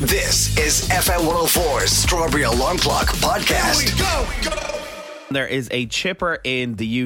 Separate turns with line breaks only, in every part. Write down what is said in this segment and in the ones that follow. This is FM 104's Strawberry Alarm Clock Podcast.
There is a chipper in the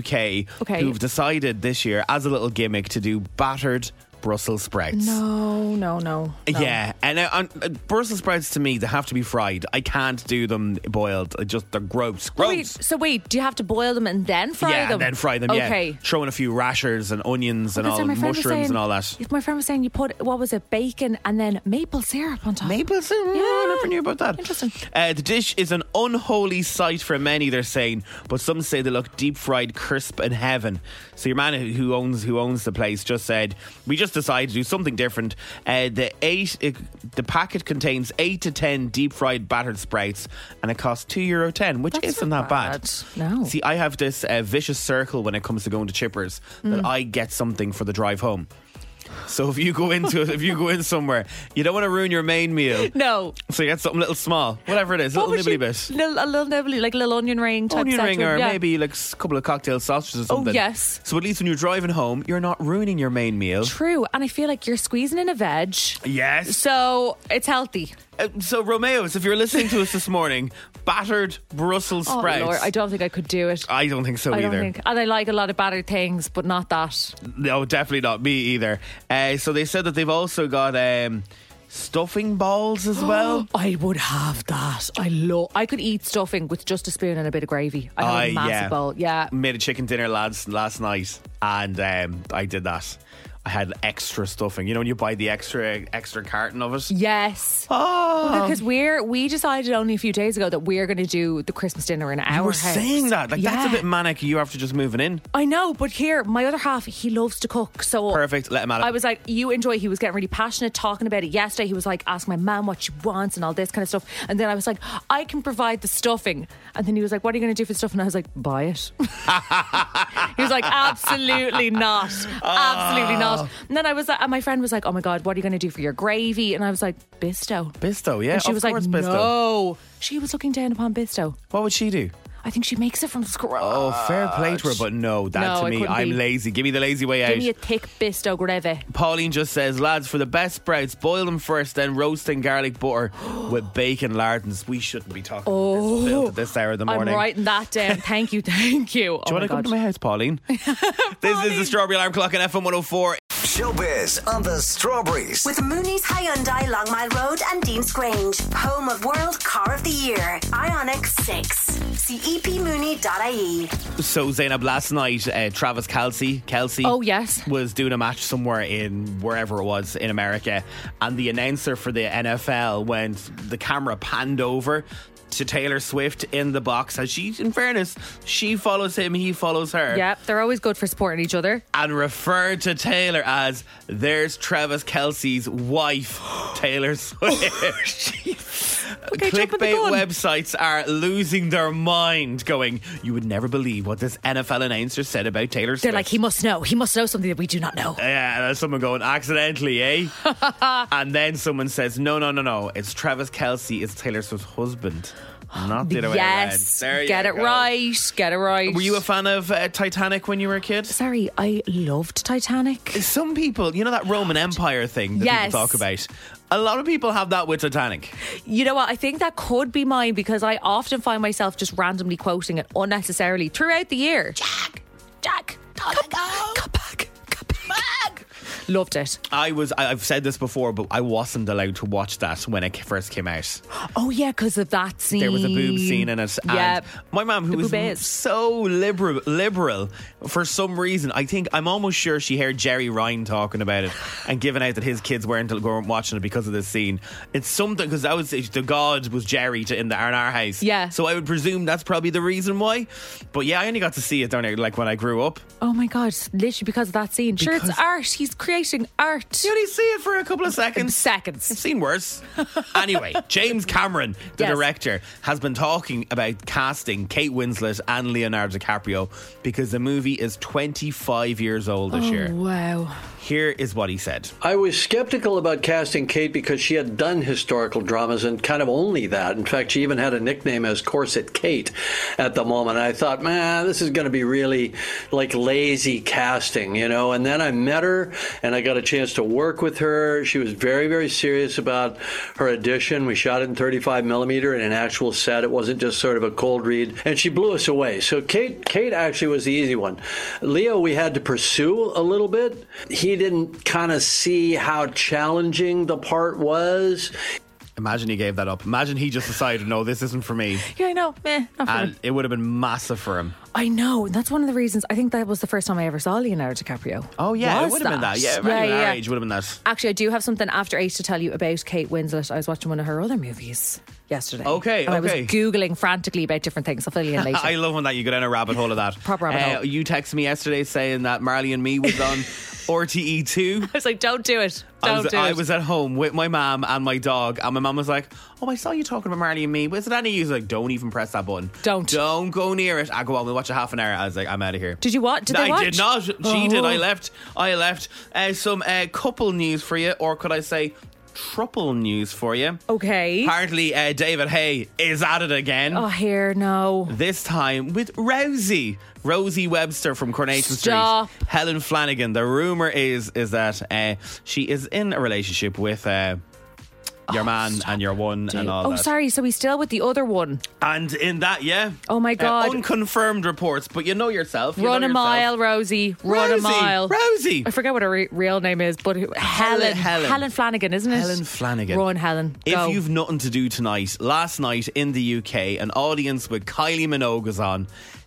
UK who've decided this year, as a little gimmick, to do battered Brussels sprouts.
No, no, no. no.
Yeah, and I, I'm- uh, Brussels sprouts to me, they have to be fried. I can't do them boiled. I just they're gross. Gross.
Wait, so wait, do you have to boil them and then fry
yeah,
them?
and then fry them. Yeah,
Okay.
throw in a few rashers and onions and
Because
all
then my friend was
mushrooms
saying-
and all that.
If my friend was saying you put what was it, bacon and then maple syrup on top.
Maple syrup. Yeah, I never knew about that.
Interesting.
Uh, the dish is an unholy sight for many, they're saying, but some say they look deep fried, crisp, and heaven. So your man who- who owns who owns the place just said, "We just decided to do something different." Uh, the eight it, the packet contains eight to ten deep fried battered sprouts, and it costs two euro ten, which
That's
isn't
not
that bad.
bad. No.
See, I have this uh, vicious circle when it comes to going to chippers
Mm.
that I get something for the drive home. So if you go into if you go in somewhere, you don't want to ruin your main meal.
No.
So you get something little small, whatever it is,
What
little nibbly
would you-
bit.
Little, a little nibbly, like a little onion ring type
Onion
set
ring
to it,
or
yeah. Oh,
maybe like a couple of cocktail sausages or something.
yes.
So at least when you're driving home, you're not ruining your main meal.
True, and I feel like you're squeezing in a veg,
Yes. So,
so it's healthy.
uh, so Romeo's, if you're listening to us this morning, battered Brussels
Oh
sprouts.
Lord, I don't think I could do it.
I don't think so
I
either.
don't think, and I like a lot of battered things, but not that.
No, definitely not me either. Uh, so they said that they've also got um, stuffing balls as well.
I would have that. I love. I could eat stuffing with just a spoon and a bit of gravy. I have a
I,
massive
yeah.
bowl. Yeah,
Made a chicken dinner lads last night, and um, I did that. I had extra stuffing. You know when you buy the extra extra carton of it.
Yes.
Oh,
Because we're we decided only a few days ago that we're going to do the Christmas dinner in our
you were
house.
saying that. Like that's a
Yeah.
bit manic. You after just moving in.
I know, but here my other half he loves to cook, so
Perfect. Let him at it.
I was like, you enjoy. He was getting really passionate talking about it yesterday. He was like, ask my mum what she wants and all this kind of stuff. And then I was like, I can provide the stuffing. And then he was like, what are you going to do for the stuffing? And I was like, buy it. he was like, absolutely not,
Ah.
absolutely not. And then I was like, and my friend was like, oh my god, what are you going to do for your gravy? And I was like, Bisto.
Bisto, yeah.
And she
of
was like,
course, Bisto.
no. She was looking down upon Bisto.
What would she do?
I think she makes it from scratch.
Oh, fair play to her, but no, that
No,
to
it
me,
couldn't
I'm
be.
lazy. Give me the lazy way out.
Give me a thick Bisto gravy.
Pauline just says, lads, for the best sprouts, boil them first, then roast in garlic butter with bacon lardons. We shouldn't be talking oh, this filth at this hour of the morning.
I'm writing that down. Thank you, thank you. Oh
Do you want to come to my house, Pauline? This is the Strawberry Alarm Clock on FM 104.
Showbiz on the Strawberries.
With Mooney's Hyundai Long Mile Road and Dean's Grange, home of World Car of the Year, Ionic 6. See E epmooney.ie.
So, Zainab, last night, uh, Travis Kelsey, Kelsey.
Oh, yes.
Was doing a match somewhere in wherever it was in America. And the announcer for the NFL went, the camera panned over to Taylor Swift in the box. And she, in fairness, she follows him, he follows her.
Yep, they're always good for supporting each other.
and referred to Taylor as there's Travis Kelsey's wife, Taylor Swift.
Oh, Okay, jump in the
Clickbait
gun.
websites are losing their mind, going, You would never believe what this NFL announcer said about Taylor Swift.
They're like, he must know. He must know something that we do not know.
Yeah, and there's someone going, accidentally, eh? and then someone says, no, no, no, no. It's Travis Kelsey, it's Taylor Swift's husband. Not the other
yes,
way around. There
get
you
it
go.
right. Get it right.
Were you a fan of uh, Titanic when you were a kid?
Sorry, I loved Titanic.
Some people, you know that Roman Empire thing that
Yes.
people talk about. A lot of people have that with Titanic.
You know what? I think that could be mine because I often find myself just randomly quoting it unnecessarily throughout the year. Jack, Jack, come, come back, come back. Loved it.
I was. I- I've said this before, but I wasn't allowed to watch that when it first came out.
Oh yeah, because of that scene.
There was a boob scene in it.
Yep.
And my mom, who
The
was
boob is.
so liberal, liberal for some reason, I think I'm almost sure she heard Jerry Ryan talking about it and giving out that his kids weren't, weren't watching it because of this scene. It's something because that was the god was Jerry to in the in our house.
Yeah.
So I would presume that's probably the reason why. But yeah, I only got to see it down there like when I grew up.
Oh my god, literally because of that scene. sure, it's
Because-
art. He's creating art.
You only see it for a couple of seconds. I've
Seconds.
seen worse. anyway, James Cameron, the
Yes.
director, has been talking about casting Kate Winslet and Leonardo DiCaprio because the movie is 25 years old this year.
Oh. Wow.
Here is what he said.
I was skeptical about casting Kate because she had done historical dramas and kind of only that. In fact, she even had a nickname as Corset Kate at the moment. I thought, man, this is going to be really like lazy casting, you know. And then I met her and I got a chance to work with her. She was very, very serious about her audition. We shot it in 35 millimeter in an actual set. It wasn't just sort of a cold read, and she blew us away. So Kate, Kate actually was the easy one. Leo, we had to pursue a little bit. He didn't kind of see how challenging the part was.
Imagine he gave that up. Imagine he just decided, no, this isn't for me.
Yeah, I know. Meh, not for me.
And it would have been massive for him.
I know. That's one of the reasons. I think that was the first time I ever saw Leonardo DiCaprio.
it
Was
would have been that. Oh, Yeah, if anyone our age would have been that.
Actually, I do have something after eight to tell you about Kate Winslet. I was watching one of her other movies yesterday.
Okay,
and I was
okay.
googling frantically about different things. I'll fill you in later.
I love when that you go down a rabbit hole of that. Uh,
Proper rabbit hole.
You texted me yesterday saying that Marley and me was on RTE two.
I was like, "Don't do it! Don't
I was,
do
I
it!"
was at home with my mom and my dog, and my mom was like, "Oh, I saw you talking about Marley and Me. Was it any use?" Like, don't even press that button.
Don't.
Don't go near it. I go on. We watch a half an hour. I was like, "I'm out of here."
Did you what? Did they
I did not.
watch?
She did. I
Oh.
left. I left. Uh, some uh, couple news for you, or could I say? Trouble news for you.
Okay.
Apparently, uh, David Hay is at it again.
oh, here, no.
This time with Rosie, Rosie Webster from Coronation
Stop.
Street. Helen Flanagan. The rumor is is that uh, she is in a relationship with uh, your man and your one and all
oh,
that.
sorry. So he's still with the other one.
And in that, yeah.
Oh my
uh,
God.
unconfirmed reports, but you know yourself. you
Run
know
a
yourself.
mile, Rosie. Run
Rosie,
a mile,
Rosie.
I forget what her re- real name is, but who- Helen,
Helen.
Flanagan, isn't it?
Helen Flanagan.
Run, Helen.
If
Go.
you've nothing to do tonight, last night in the UK, an audience with Kylie Minogue was on.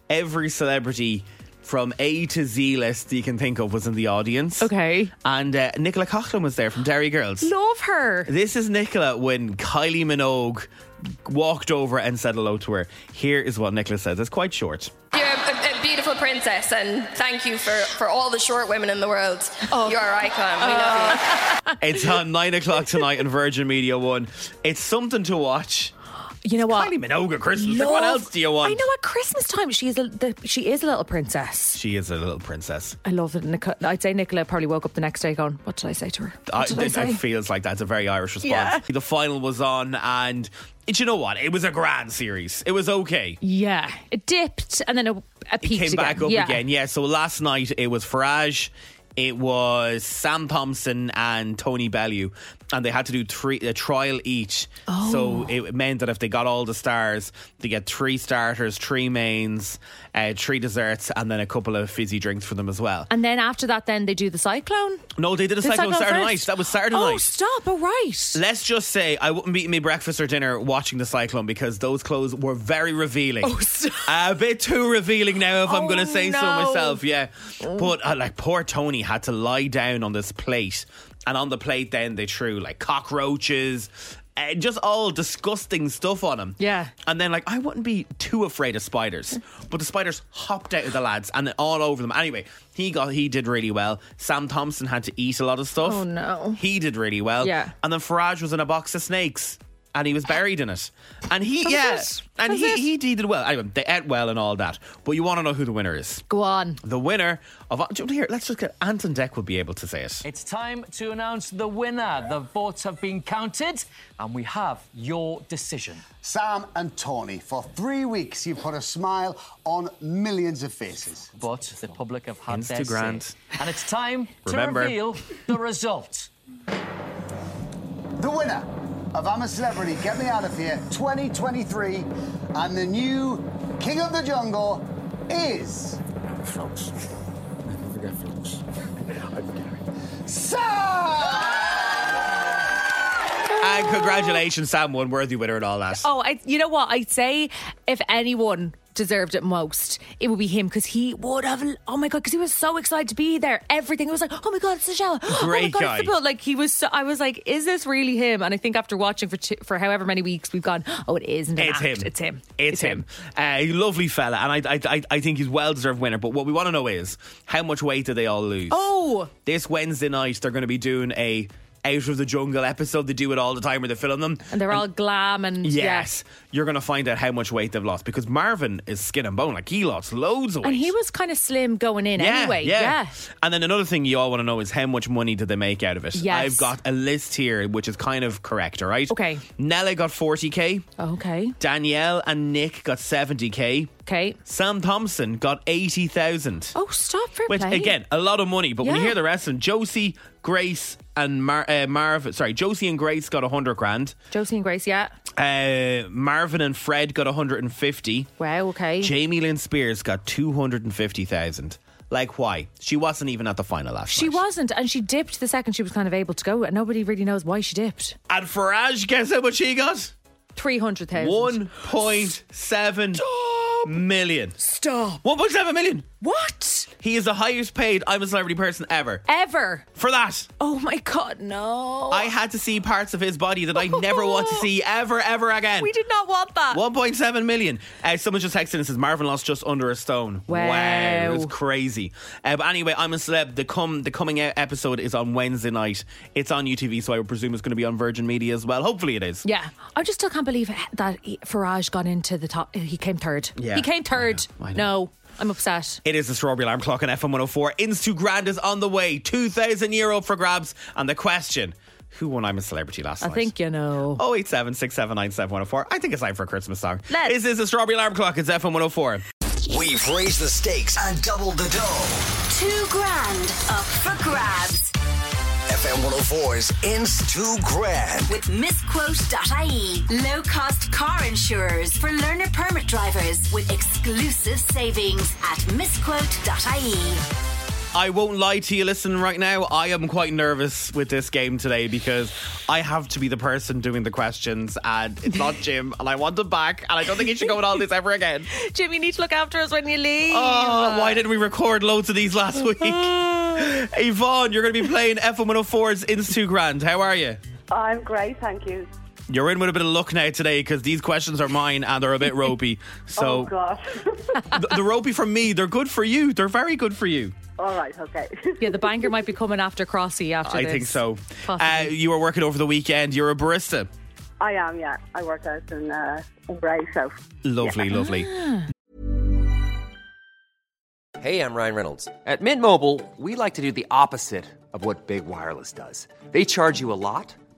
Every celebrity from A to Z list you can think of was in the audience.
Okay.
And uh, Nicola Coughlin was there from Dairy Girls.
love her.
This is Nicola when Kylie Minogue walked over and said hello to her. Here is what Nicola says. It's quite short.
You're a, a beautiful princess, and thank you for, for all the short women in the world. You're our icon. We love you.
It's on nine o'clock tonight on Virgin Media One. It's something to watch.
You know what?
Kylie Minogue at Christmas. Like, what
Love-
else do you want?
I know at Christmas time she is a the, she is a little princess.
She is a little princess.
I love it. Nico- I'd say Nicola probably woke up the next day going, "What did I say to her? What
I,
did I
it,
say?"
it feels like that's a very Irish response.
Yeah.
The final was on, and do you know what? It was a grand series. It was okay.
yeah, it dipped and then it, it peaked
came back
again.
up
yeah.
again. Yeah. So last night it was Farage, it was Sam Thompson and Tony Bellew, and they had to do three a trial each.
Oh.
So it meant that if they got all the stars, they get three starters, three mains, uh, three desserts, and then a couple of fizzy drinks for them as well.
And then after that, then they do the cyclone.
No, they did a
The
cyclone Saturday night.
first.
That was Saturday
oh,
night.
stop! All right.
Let's just say I wouldn't be eating my breakfast or dinner watching the cyclone because those clothes were very revealing.
Oh, stop.
a bit too revealing now, if I'm
Oh,
going to say so
no. Mm.
myself. Yeah, but uh, like poor Tony had to lie down on this plate, and on the plate then they threw like cockroaches. Uh, just all disgusting stuff on him.
Yeah.
And then, like, I wouldn't be too afraid of spiders, but the spiders hopped out of the lads and all over them. Anyway, he got he did really well. Sam Thompson had to eat a lot of stuff.
Oh, no.
He did really well.
Yeah.
And then Farage was in a box of snakes. And he was buried in it. And he,
That was
yeah.
it.
And
That was
he,
it.
he did well. Anyway, they ate well and all that. But you want to know who the winner is.
Go on.
The winner of. do you- Here, let's just get. Anton Deck would be able to say it.
It's time to announce the winner. The votes have been counted, and we have your decision.
Sam and Tony, for three weeks you've put a smile on millions of faces.
But the public have had their
Instagram.
say. And it's time to
Remember.
reveal the result.
The winner of I'm a Celebrity, Get Me Out of Here 2023 and the new King of the Jungle is. Sam
And congratulations, Sam won worthy winner and all that.
Oh, I, you know what? I'd say if anyone deserved it most, it would be him because he would have. Oh my god, because he was so excited to be there. Everything it was like, oh my god, it's the show. oh my
Great
god,
guy.
it's the boat. Like he was. So, I was like, is this really him? And I think after watching for two, for however many weeks, we've gone. Oh, it isn't. an
It's
act.
him.
It's him.
It's, him. Uh, he's a lovely fella, and I, I, I, I think he's well deserved winner. But what we want to know is how much weight did they all lose?
Oh,
This Wednesday night, they're going to be doing a Out of the Jungle episode. They do it all the time where they're filming them.
and they're all glam and
Yes, you're going to find out how much weight they've lost because Marvin is skin and bone. Like he lost loads of
yeah.
weight.
And he was kind of slim going in anyway. yeah.
And then another thing you all want to know is how much money did they make out of it?
Yes.
I've got a list here, which is kind of correct, all right?
Okay.
Nella got 40K.
Okay.
Danielle and Nick got 70K.
Okay.
Sam Thompson got 80,000.
Oh, stop for
Which,
play.
again, a lot of money, but when you
Yeah.
hear the rest of them, Josie, Grace, and Mar- uh, Marv, sorry, Josie and Grace got 100 grand.
Josie and Grace. Yeah.
Uh, Marvin and Fred got 150.
Wow. Okay.
Jamie Lynn Spears got 250,000. Like, why? She wasn't even at the final last
She
night.
wasn't, and she dipped the second she was kind of able to go, and nobody really knows why she dipped.
And Farage, guess how much he got?
300,000.
1.7 million.
Stop.
1.7 million.
What?
He is the highest paid I'm a celebrity person ever.
Ever.
For that.
Oh my God, no.
I had to see parts of his body that I never want to see ever, ever again.
We did not want that.
1.7 million. Uh, someone just texted and says Marvin lost just under a stone.
Wow.
that's crazy. Uh, but anyway, I'm a celeb. The come the coming out episode is on Wednesday night. It's on UTV, so I would presume it's going to be on Virgin Media as well. Hopefully, it is.
Yeah. I just still can't believe that he- Farage got into the top. He came third.
Yeah,
He came third.
I know, I
No, I'm upset.
It is the strawberry alarm clock on FM 104. Instu Grand oh is on the way. Two thousand euro for grabs. And the question: Who won I'm a Celebrity last
I
night?
think you know.
Oh eight seven six seven nine seven one zero four. I think it's time for a Christmas song.
Let's.
This is the strawberry alarm clock. It's FM 104.
We've raised the stakes and doubled the dough.
Two grand up for grabs
FM 104's Ins 2 Grand.
with misquote.ie. Low cost E, car insurers for learner permit drivers with exclusive savings at misquote.ie.
I won't lie to you. Listen, right now, I am quite nervous with this game today because I have to be the person doing the questions, and it's not Jim, and I want him back, and I don't think he should go with all this ever again.
Jim, Oh, you need to look after us when you leave.
Oh, why didn't we record loads of these last week? Yvonne, you're going to be playing F104's Instu oh Grand. How are you?
I'm great, thank you.
You're in with a bit of luck now today because these questions are mine and they're a bit ropey.
oh
So
gosh.
th- they're ropey for me. They're good for you. They're very good for you.
All right, okay.
Yeah, the banker might be coming after Crossy after
I
this.
think so. Uh,
Possibly.
you were working over the weekend. You're a barista.
I am, yeah. I work out in uh, in Bray, so
Lovely, lovely.
Hey, I'm Ryan Reynolds. At Mint Mobile, we like to do the opposite of what Big Wireless does. They charge you a lot,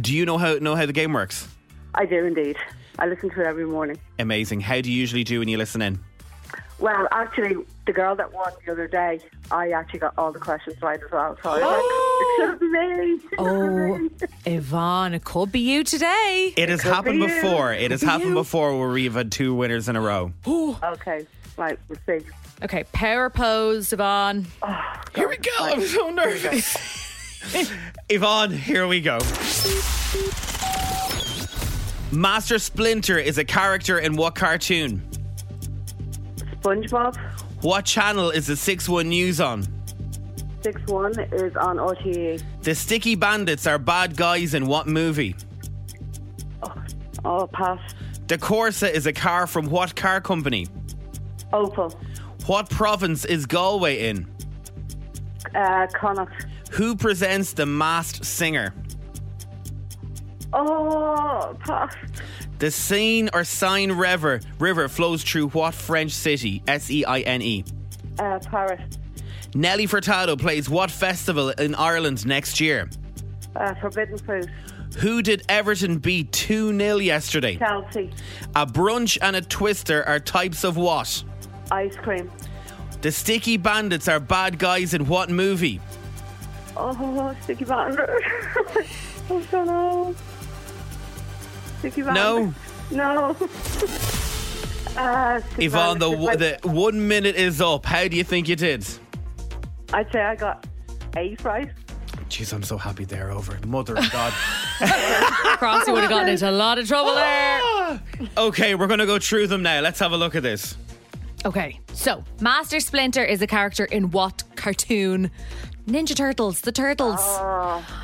Do you know how know how the game works?
I do indeed. I listen to it every morning.
Amazing. How do you usually do when you listen in?
Well, actually, the girl that won the other day, I actually got all the questions right as well. So I was like, it should be me.
Oh, Yvonne, it could be you today.
It has
could
happened
be you.
before. It has
Could be
happened
you.
before where we've had two winners in a row.
okay, right, we'll see.
Okay, power pose, Yvonne.
Here we go. I'm so nervous. Yvonne, here we go. Master Splinter is a character in what cartoon?
SpongeBob
What channel is the 6 1 News on?
6 1 is on E. RTE.
The Sticky Bandits are bad guys in what movie?
Oh, pass.
The Corsa is a car from what car company?
Opal.
What province is Galway in?
Uh, Connacht.
Who presents The Masked Singer?
Oh, pass.
The Seine or Seine River River flows through what French city? S E I N E.
Uh, Paris.
Nelly Furtado plays what festival in Ireland next year?
Uh, forbidden fruit.
Who did Everton beat 2 0 yesterday?
Chelsea.
A brunch and a twister are types of what?
Ice cream.
The Sticky Bandits are bad guys in what movie?
Oh, sticky bander. I don't know. Sticky bander.
No.
No. uh, sticky
Yvonne, the,
bander.
w- the one minute is up. How do you think you did?
I'd say I got eight right.
Jeez, I'm so happy they're over. Mother of God.
Crossy would have gotten into a lot of trouble there.
okay, we're going to go through them now. Let's have a look at this.
Okay, so Master Splinter is a character in what cartoon? Ninja Turtles, the Turtles.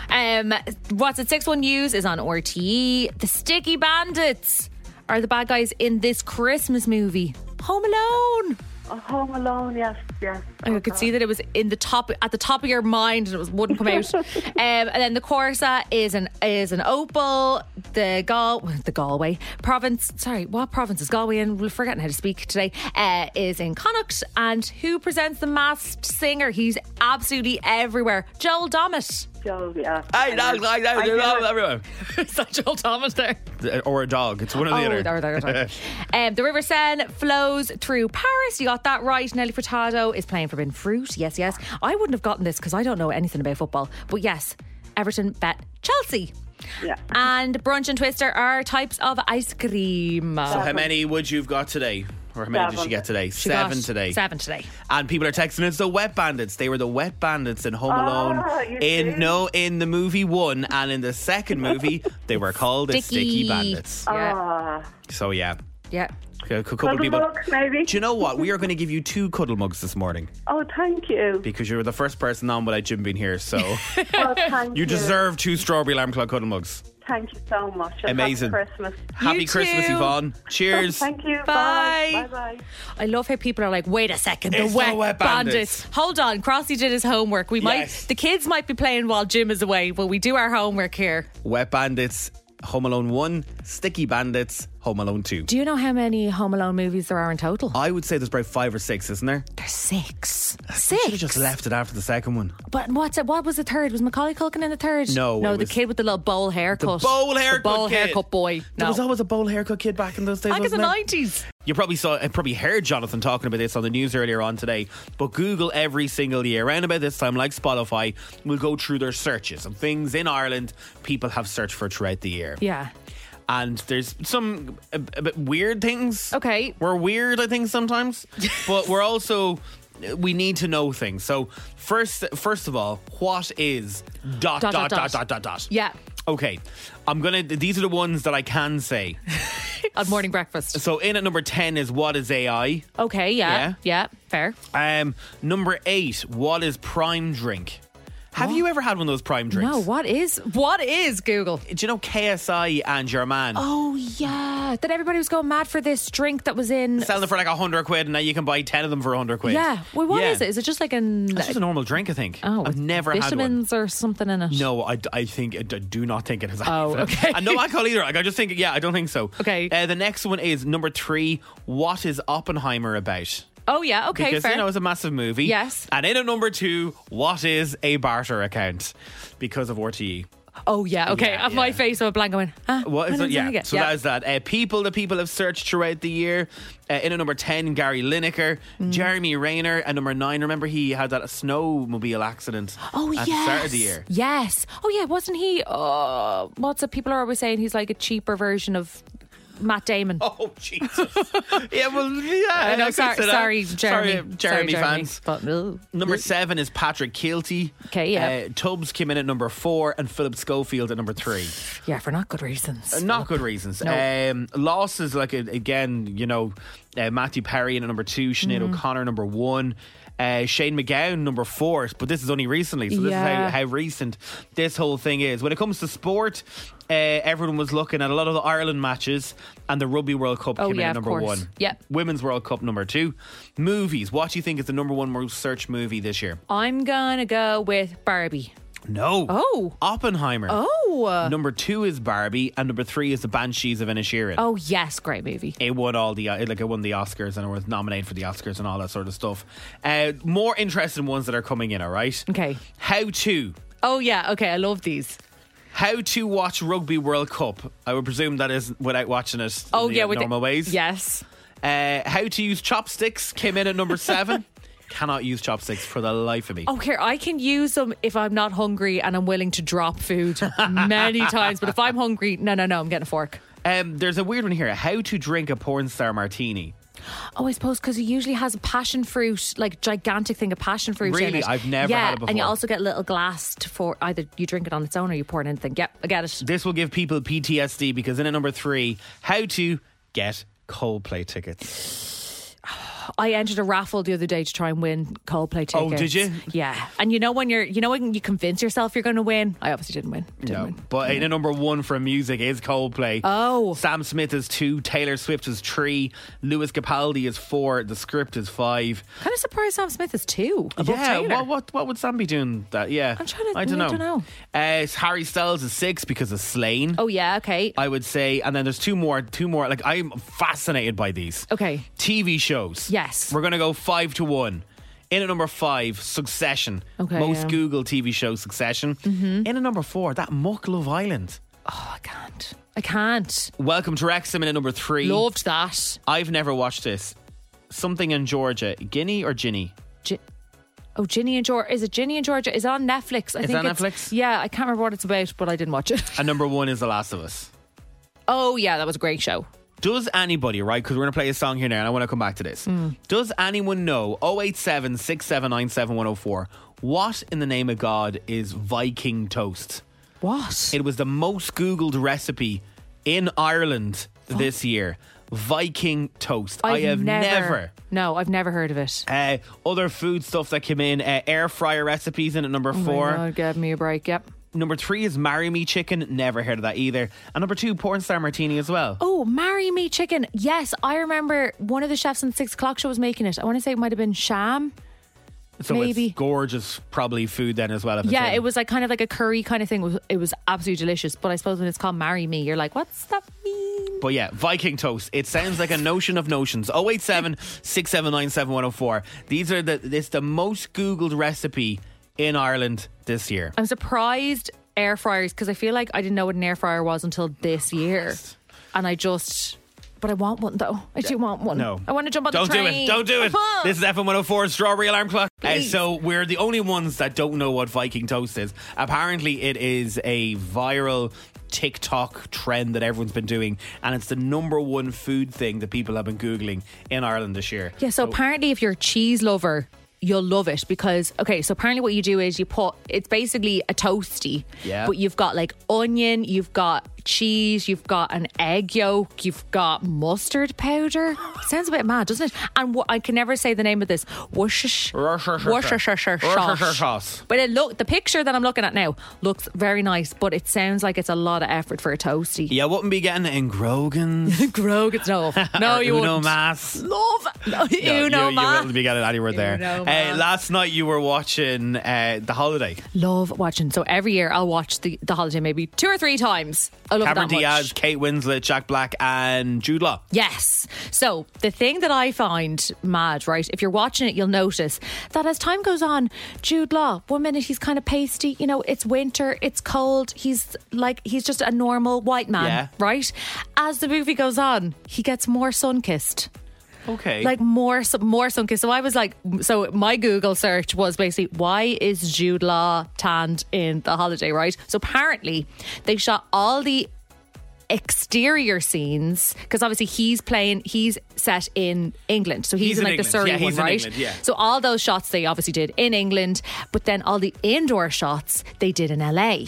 Um, what's it? Six One News is on RTE. The Sticky Bandits are the bad guys in this Christmas movie, Home Alone.
Home Alone, Oh, yes, yes.
I could see that it was in the top at the top of your mind and it was, wouldn't come out. um, and then the Corsa is an is an opal. The Gal the Galway province. Sorry, what province is Galway in? We're forgetting how to speak today. Uh, is in Connacht. And who presents the Masked Singer? He's absolutely everywhere. Joel Dommett.
Joel, yeah.
Hey, dog, like that,
I
you
knew
know,
it.
everyone.
Is that Joel Dommett there?
Or a dog. It's one or the
Oh,
other.
there, there, there. Um, the River Seine flows through Paris. You got that right. Nelly Furtado is playing Forbidden Fruit. Yes, yes. I wouldn't have gotten this because I don't know anything about football. But yes, Everton bet Chelsea.
Yeah.
And brunch and twister are types of ice cream.
so, how many would you have got today? Or how many did
Seven.
she get today?
She got
seven today.
Seven today.
And people are texting it's the wet bandits. They were the wet bandits in Home Alone.
Ah, you
in
see?
no in the movie one and in the second movie they were called the Sticky Bandits.
Ah.
Yeah.
So yeah.
yeah.
A cou- couple people.
Cuddlemugs, maybe.
Do you know what? We are going to give you two cuddle mugs this morning
Oh, thank you.
because you were the first person on without Jim being here. So
Oh, thank
you deserve two strawberry alarm clock cuddle mugs.
Thank you so much. and
Amazing.
Happy Christmas.
Happy Christmas, Yvonne. Cheers.
Thank you.
Bye.
Bye. Bye.
I love how people are like, wait a second, the
It's the
wet,
Wet
bandits.
Bandits.
Hold on, Crossy did his homework. We might,
Yes.
the kids might be playing while Jim is away, but we do our homework here.
Wet Bandits, Home Alone 1, Sticky Bandits, Home Alone 2.
Do you know how many Home Alone movies there are in total?
I would say there's probably five or six, isn't there?
There's six.
Should have
Six.
just left it after the second one.
But what's it? What was the third? Was Macaulay Culkin in the third?
No,
no,
it
the
was-
kid with the little bowl haircut,
bowl
The
haircut
bowl
kid.
haircut boy.
There
No,
was always a bowl haircut kid back in those days.
back in the
wasn't there?
nineties.
You probably saw and probably heard Jonathan talking about this on the news earlier on today. But Google every single year, around about this time, like Spotify, will go through their searches of things in Ireland people have searched for throughout the year.
Yeah.
And there's some a, a bit weird things.
Okay.
We're weird, I think, sometimes. but we're also we need to know things. So first first of all, what is dot
Dot,
dot dot
dot, dot.
dot dot dot. dot.
Yeah.
Okay. I'm gonna these are the ones that I can say.
At morning breakfast.
So in at number ten is what is AI?
Okay. Yeah. Yeah. fair.
Um, number eight, what is prime drink? Have you ever had one of those prime drinks?
No. What is? What is Google?
Do you know KSI and your man?
Oh yeah. Then everybody was going mad for this drink that was in.
Selling them for like a hundred quid, and now you can buy ten of them for a hundred quid.
Yeah. Well, what is
Yeah.
it? Is it just like an?
It's just a normal drink, I think.
oh,
I've
with
never had one.
vitamins or something in it.
No, I, I think I do not think it has.
Oh,
alcohol.
okay.
And no alcohol either. Like, I just think yeah, I don't think so.
Okay.
Uh, the next one is number three. What is Oppenheimer about?
Oh yeah. Okay.
because
fair.
you know it's a massive movie.
Yes.
And in at number two, what is a barter account? Because of E. RTE.
oh yeah. Okay.
Yeah,
At my
yeah.
face, I'm blank. going. Ah,
What
I
is
don't
it? Yeah.
think I-
So that is that. Uh, people that people have searched throughout the year. Uh, in at number 10, Gary Lineker,
Mm.
Jeremy Rayner. And number nine, remember he had that snowmobile accident
Oh
at
yes.
the start of the year.
Yes. Oh yeah. Wasn't he? Uh, what's it? People are always saying he's like a cheaper version of Matt Damon.
Oh Jesus! yeah, well, yeah.
I know,
could
Uh, sorry,
say that.
sorry, Jeremy.
Sorry, uh, Jeremy,
Sorry, Jeremy.
fans.
But, uh, no.
Number seven is Patrick Keelty.
Okay, yeah.
Uh, Tubbs came in at number four, and Philip Schofield at number three.
Yeah, for not good reasons.
Uh, Not good reasons.
No.
Um,
Mm.
losses, like uh, again, you know, uh, Matthew Perry in at number two, Sinead O'Connor number one, uh, Shane McGowan, number four. But this is only recently, so this
Yeah.
is how, how recent this whole thing is. When it comes to sport, uh, everyone was looking at a lot of the Ireland matches, and the Rugby World Cup
Oh,
came in
yeah,
at
of
number
course.
one.
Yep.
Women's World Cup number two. Movies. What do you think is the number one most searched movie this year?
I'm gonna go with Barbie.
No. Oh. Oppenheimer.
Oh.
Number two is Barbie, and number three is the Banshees of Inisherin.
Oh yes, great movie.
It won all the it, like it won the Oscars and it was nominated for the Oscars and all that sort of stuff. Uh, more interesting ones that are coming in. All right.
Okay.
How to
Oh yeah, okay, I love these.
how to watch Rugby World Cup? I would presume that is without watching it. in
Oh,
the
yeah, with the-
normal ways.
Yes.
Uh, how to use chopsticks came in at number seven. Cannot use chopsticks for the life of me.
Oh, here, I can use them if I'm not hungry and I'm willing to drop food many times. But if I'm hungry, no, no, no, I'm getting a fork.
Um, there's a weird one here. How to drink a porn star martini?
Oh, I suppose because he usually has a passion fruit, like gigantic thing of passion fruit. in
Really?
it.
I've never
yeah,
had it
and you
before.
also get a little glass to for either you drink it on its own or you pour it in anything. Yep, I get it.
This will give people PTSD because in at number three, how to get Coldplay tickets.
I entered a raffle the other day to try and win Coldplay tickets.
Oh, did you?
Yeah, and you know when you're, you know when you convince yourself you're going to win. I obviously didn't win.
No, but in at number one for music is Coldplay. Oh, Sam Smith is two, Taylor Swift is three, Lewis Capaldi is four, the script is five.
Kind of surprised Sam Smith is two. above
yeah,
Taylor.
what what what would Sam be doing that? Yeah, I'm
trying to-
I don't
yeah,
know.
I don't
Uh, Harry Styles is six because of Slain.
Oh yeah, okay,
I would say, and then there's two more, two more. Like I'm fascinated by these.
okay.
TV shows.
Yes.
We're going to go five to one. In at number five, Succession.
Okay,
Most
yeah. Mm-hmm.
Google TV show, Succession. In at number four, that Muck Love Island.
Oh, I can't.
Welcome to Wrexham in at number three.
Loved that.
I've never watched this. Something in Georgia. Guinea or Ginny?
Oh, Ginny and Georgia. Is it Ginny and Georgia? Is it on Netflix? I
It's
think
on
it's,
Netflix?
Yeah, I can't remember what it's about, but I didn't watch it.
and number one is The Last of Us.
Oh yeah, that was a great show.
Does anybody, right? Because we're going to play a song here now and I want to come back to this.
Mm.
Does anyone know 087 6797 104? What in the name of God is Viking toast?
What?
It was the most Googled recipe in Ireland this year. Viking toast. I have never
No, I've never heard of it.
Uh, other food stuff that came in, uh, air fryer recipes in at number
Oh
four.
My God, give me a break. Yep.
Number three is Marry Me Chicken. Never heard of that either. And number two, Porn Star Martini as well.
Oh, marry me, chicken. Yes, I remember one of the chefs on the six o'clock show was making it. I want to say it might have been Sham.
so
maybe.
it's gorgeous, probably food then as well. If it's
Yeah,
in.
it was like kind of like a curry kind of thing. It was- It was absolutely delicious. But I suppose when it's called "Marry Me," you're like, "What's that?"
But yeah, Viking toast. It sounds like a notion of notions. 087 679 7104. These are the, it's the most Googled recipe in Ireland this year.
I'm surprised air fryers because I feel like I didn't know what an air fryer was until this
Oh,
year, and I just. But I want one though. I do want one.
No.
I want to jump on
don't
the train. Uh-huh.
do it. Don't do it. this is FM 104 Strawberry Alarm Clock. Uh,
Please.
so we're the only ones that don't know what Viking toast is. Apparently, it is a viral TikTok trend that everyone's been doing, and it's the number one food thing that people have been Googling in Ireland this year.
Yeah, so apparently, if you're a cheese lover, you'll love it because, okay, so apparently, what you do is you put it's basically a toasty,
Yeah.
but you've got like onion, you've got cheese, you've got an egg yolk, you've got mustard powder. Sounds a bit mad, doesn't it? And wha- I can never say the name of this Worcestershire Worcestershire
Worcestershire
sauce.
sauce.
But it look the picture that I'm looking at now looks very nice, but it sounds like it's a lot of effort for a toasty.
Yeah, I wouldn't be getting it in Grogan's.
Grogan's, no. No,
Or
you
Uno
wouldn't.
Mas.
Love. No, you know,
you,
ma.
wouldn't be getting it anywhere there.
Uno
Uh, last night you were watching uh, The Holiday.
Love watching. So every year I'll watch the, the holiday maybe two or three times. I love
Cameron
that much.
Diaz, Kate Winslet, Jack Black, and Jude Law.
Yes. So the thing that I find mad, right? If you're watching it, you'll notice that as time goes on, Jude Law, one minute he's kind of pasty, you know, it's winter, it's cold, he's like he's just a normal white man,
Yeah.
right? As the movie goes on, he gets more sun kissed.
Okay.
Like more, sun- more sun kissed. So I was like, so my Google search was basically, why is Jude Law tanned in the holiday, right? So apparently they shot all the exterior scenes because obviously he's playing he's set in England so he's,
He's
in
in
like the
England.
Surrey
Yeah, he's
one
in
right
England, yeah.
so all those shots they obviously did in England but then all the indoor shots they did in LA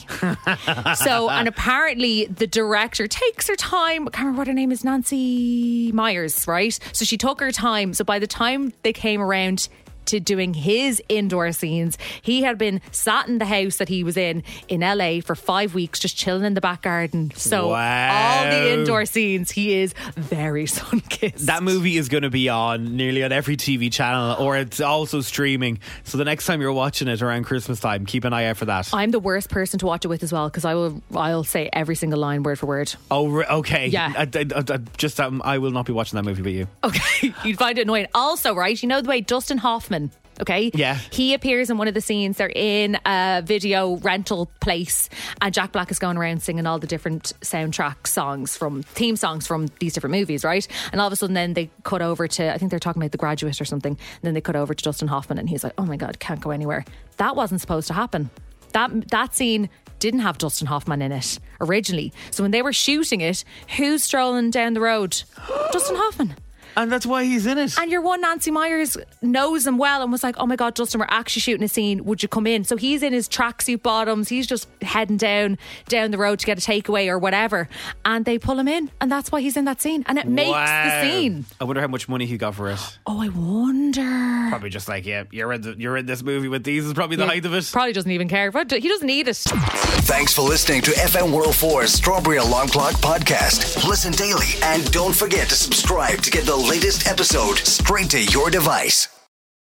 so and apparently the director takes her time I can't remember what her name is Nancy Myers right so she took her time so by the time they came around to doing his indoor scenes. He had been sat in the house that he was in in LA for five weeks, just chilling in the back garden. So all the
Wow.
indoor scenes, he is very sun kissed.
That movie is going to be on nearly on every TV channel, or it's also streaming. So the next time you're watching it around Christmas time, keep an eye out for that.
I'm the worst person to watch it with as well because I will I'll say every single line word for word.
Oh, re- okay.
Yeah.
I, I- I- I- just um, I will not be watching that movie with you.
You'd find it annoying. Also, right, you know the way Dustin Hoffman, okay?
Yeah.
He appears in one of the scenes. They're in a video rental place, and Jack Black is going around singing all the different soundtrack songs from theme songs from these different movies, right? And all of a sudden, then they cut over to, I think they're talking about The Graduate or something. And then they cut over to Dustin Hoffman, and he's like, oh my God, can't go anywhere. That wasn't supposed to happen. That, that scene didn't have Dustin Hoffman in it originally. So when they were shooting it, who's strolling down the road? Dustin Hoffman.
And that's why he's in it.
And your one Nancy Myers knows him well and was like, "Oh my God, Dustin, we're actually shooting a scene. Would you come in?" So he's in his tracksuit bottoms. He's just heading down down the road to get a takeaway or whatever, and they pull him in, and that's why he's in that scene, and it makes
Wow.
the scene.
I wonder how much money he got for it.
Oh, I wonder.
Probably just like, yeah, you're in, the, you're in this movie with these is probably the height of it.
Probably doesn't even care. But he doesn't need it.
Thanks for listening to FM World 4's Strawberry Alarm Clock podcast. Listen daily and don't forget to subscribe to get the latest episode straight to your device.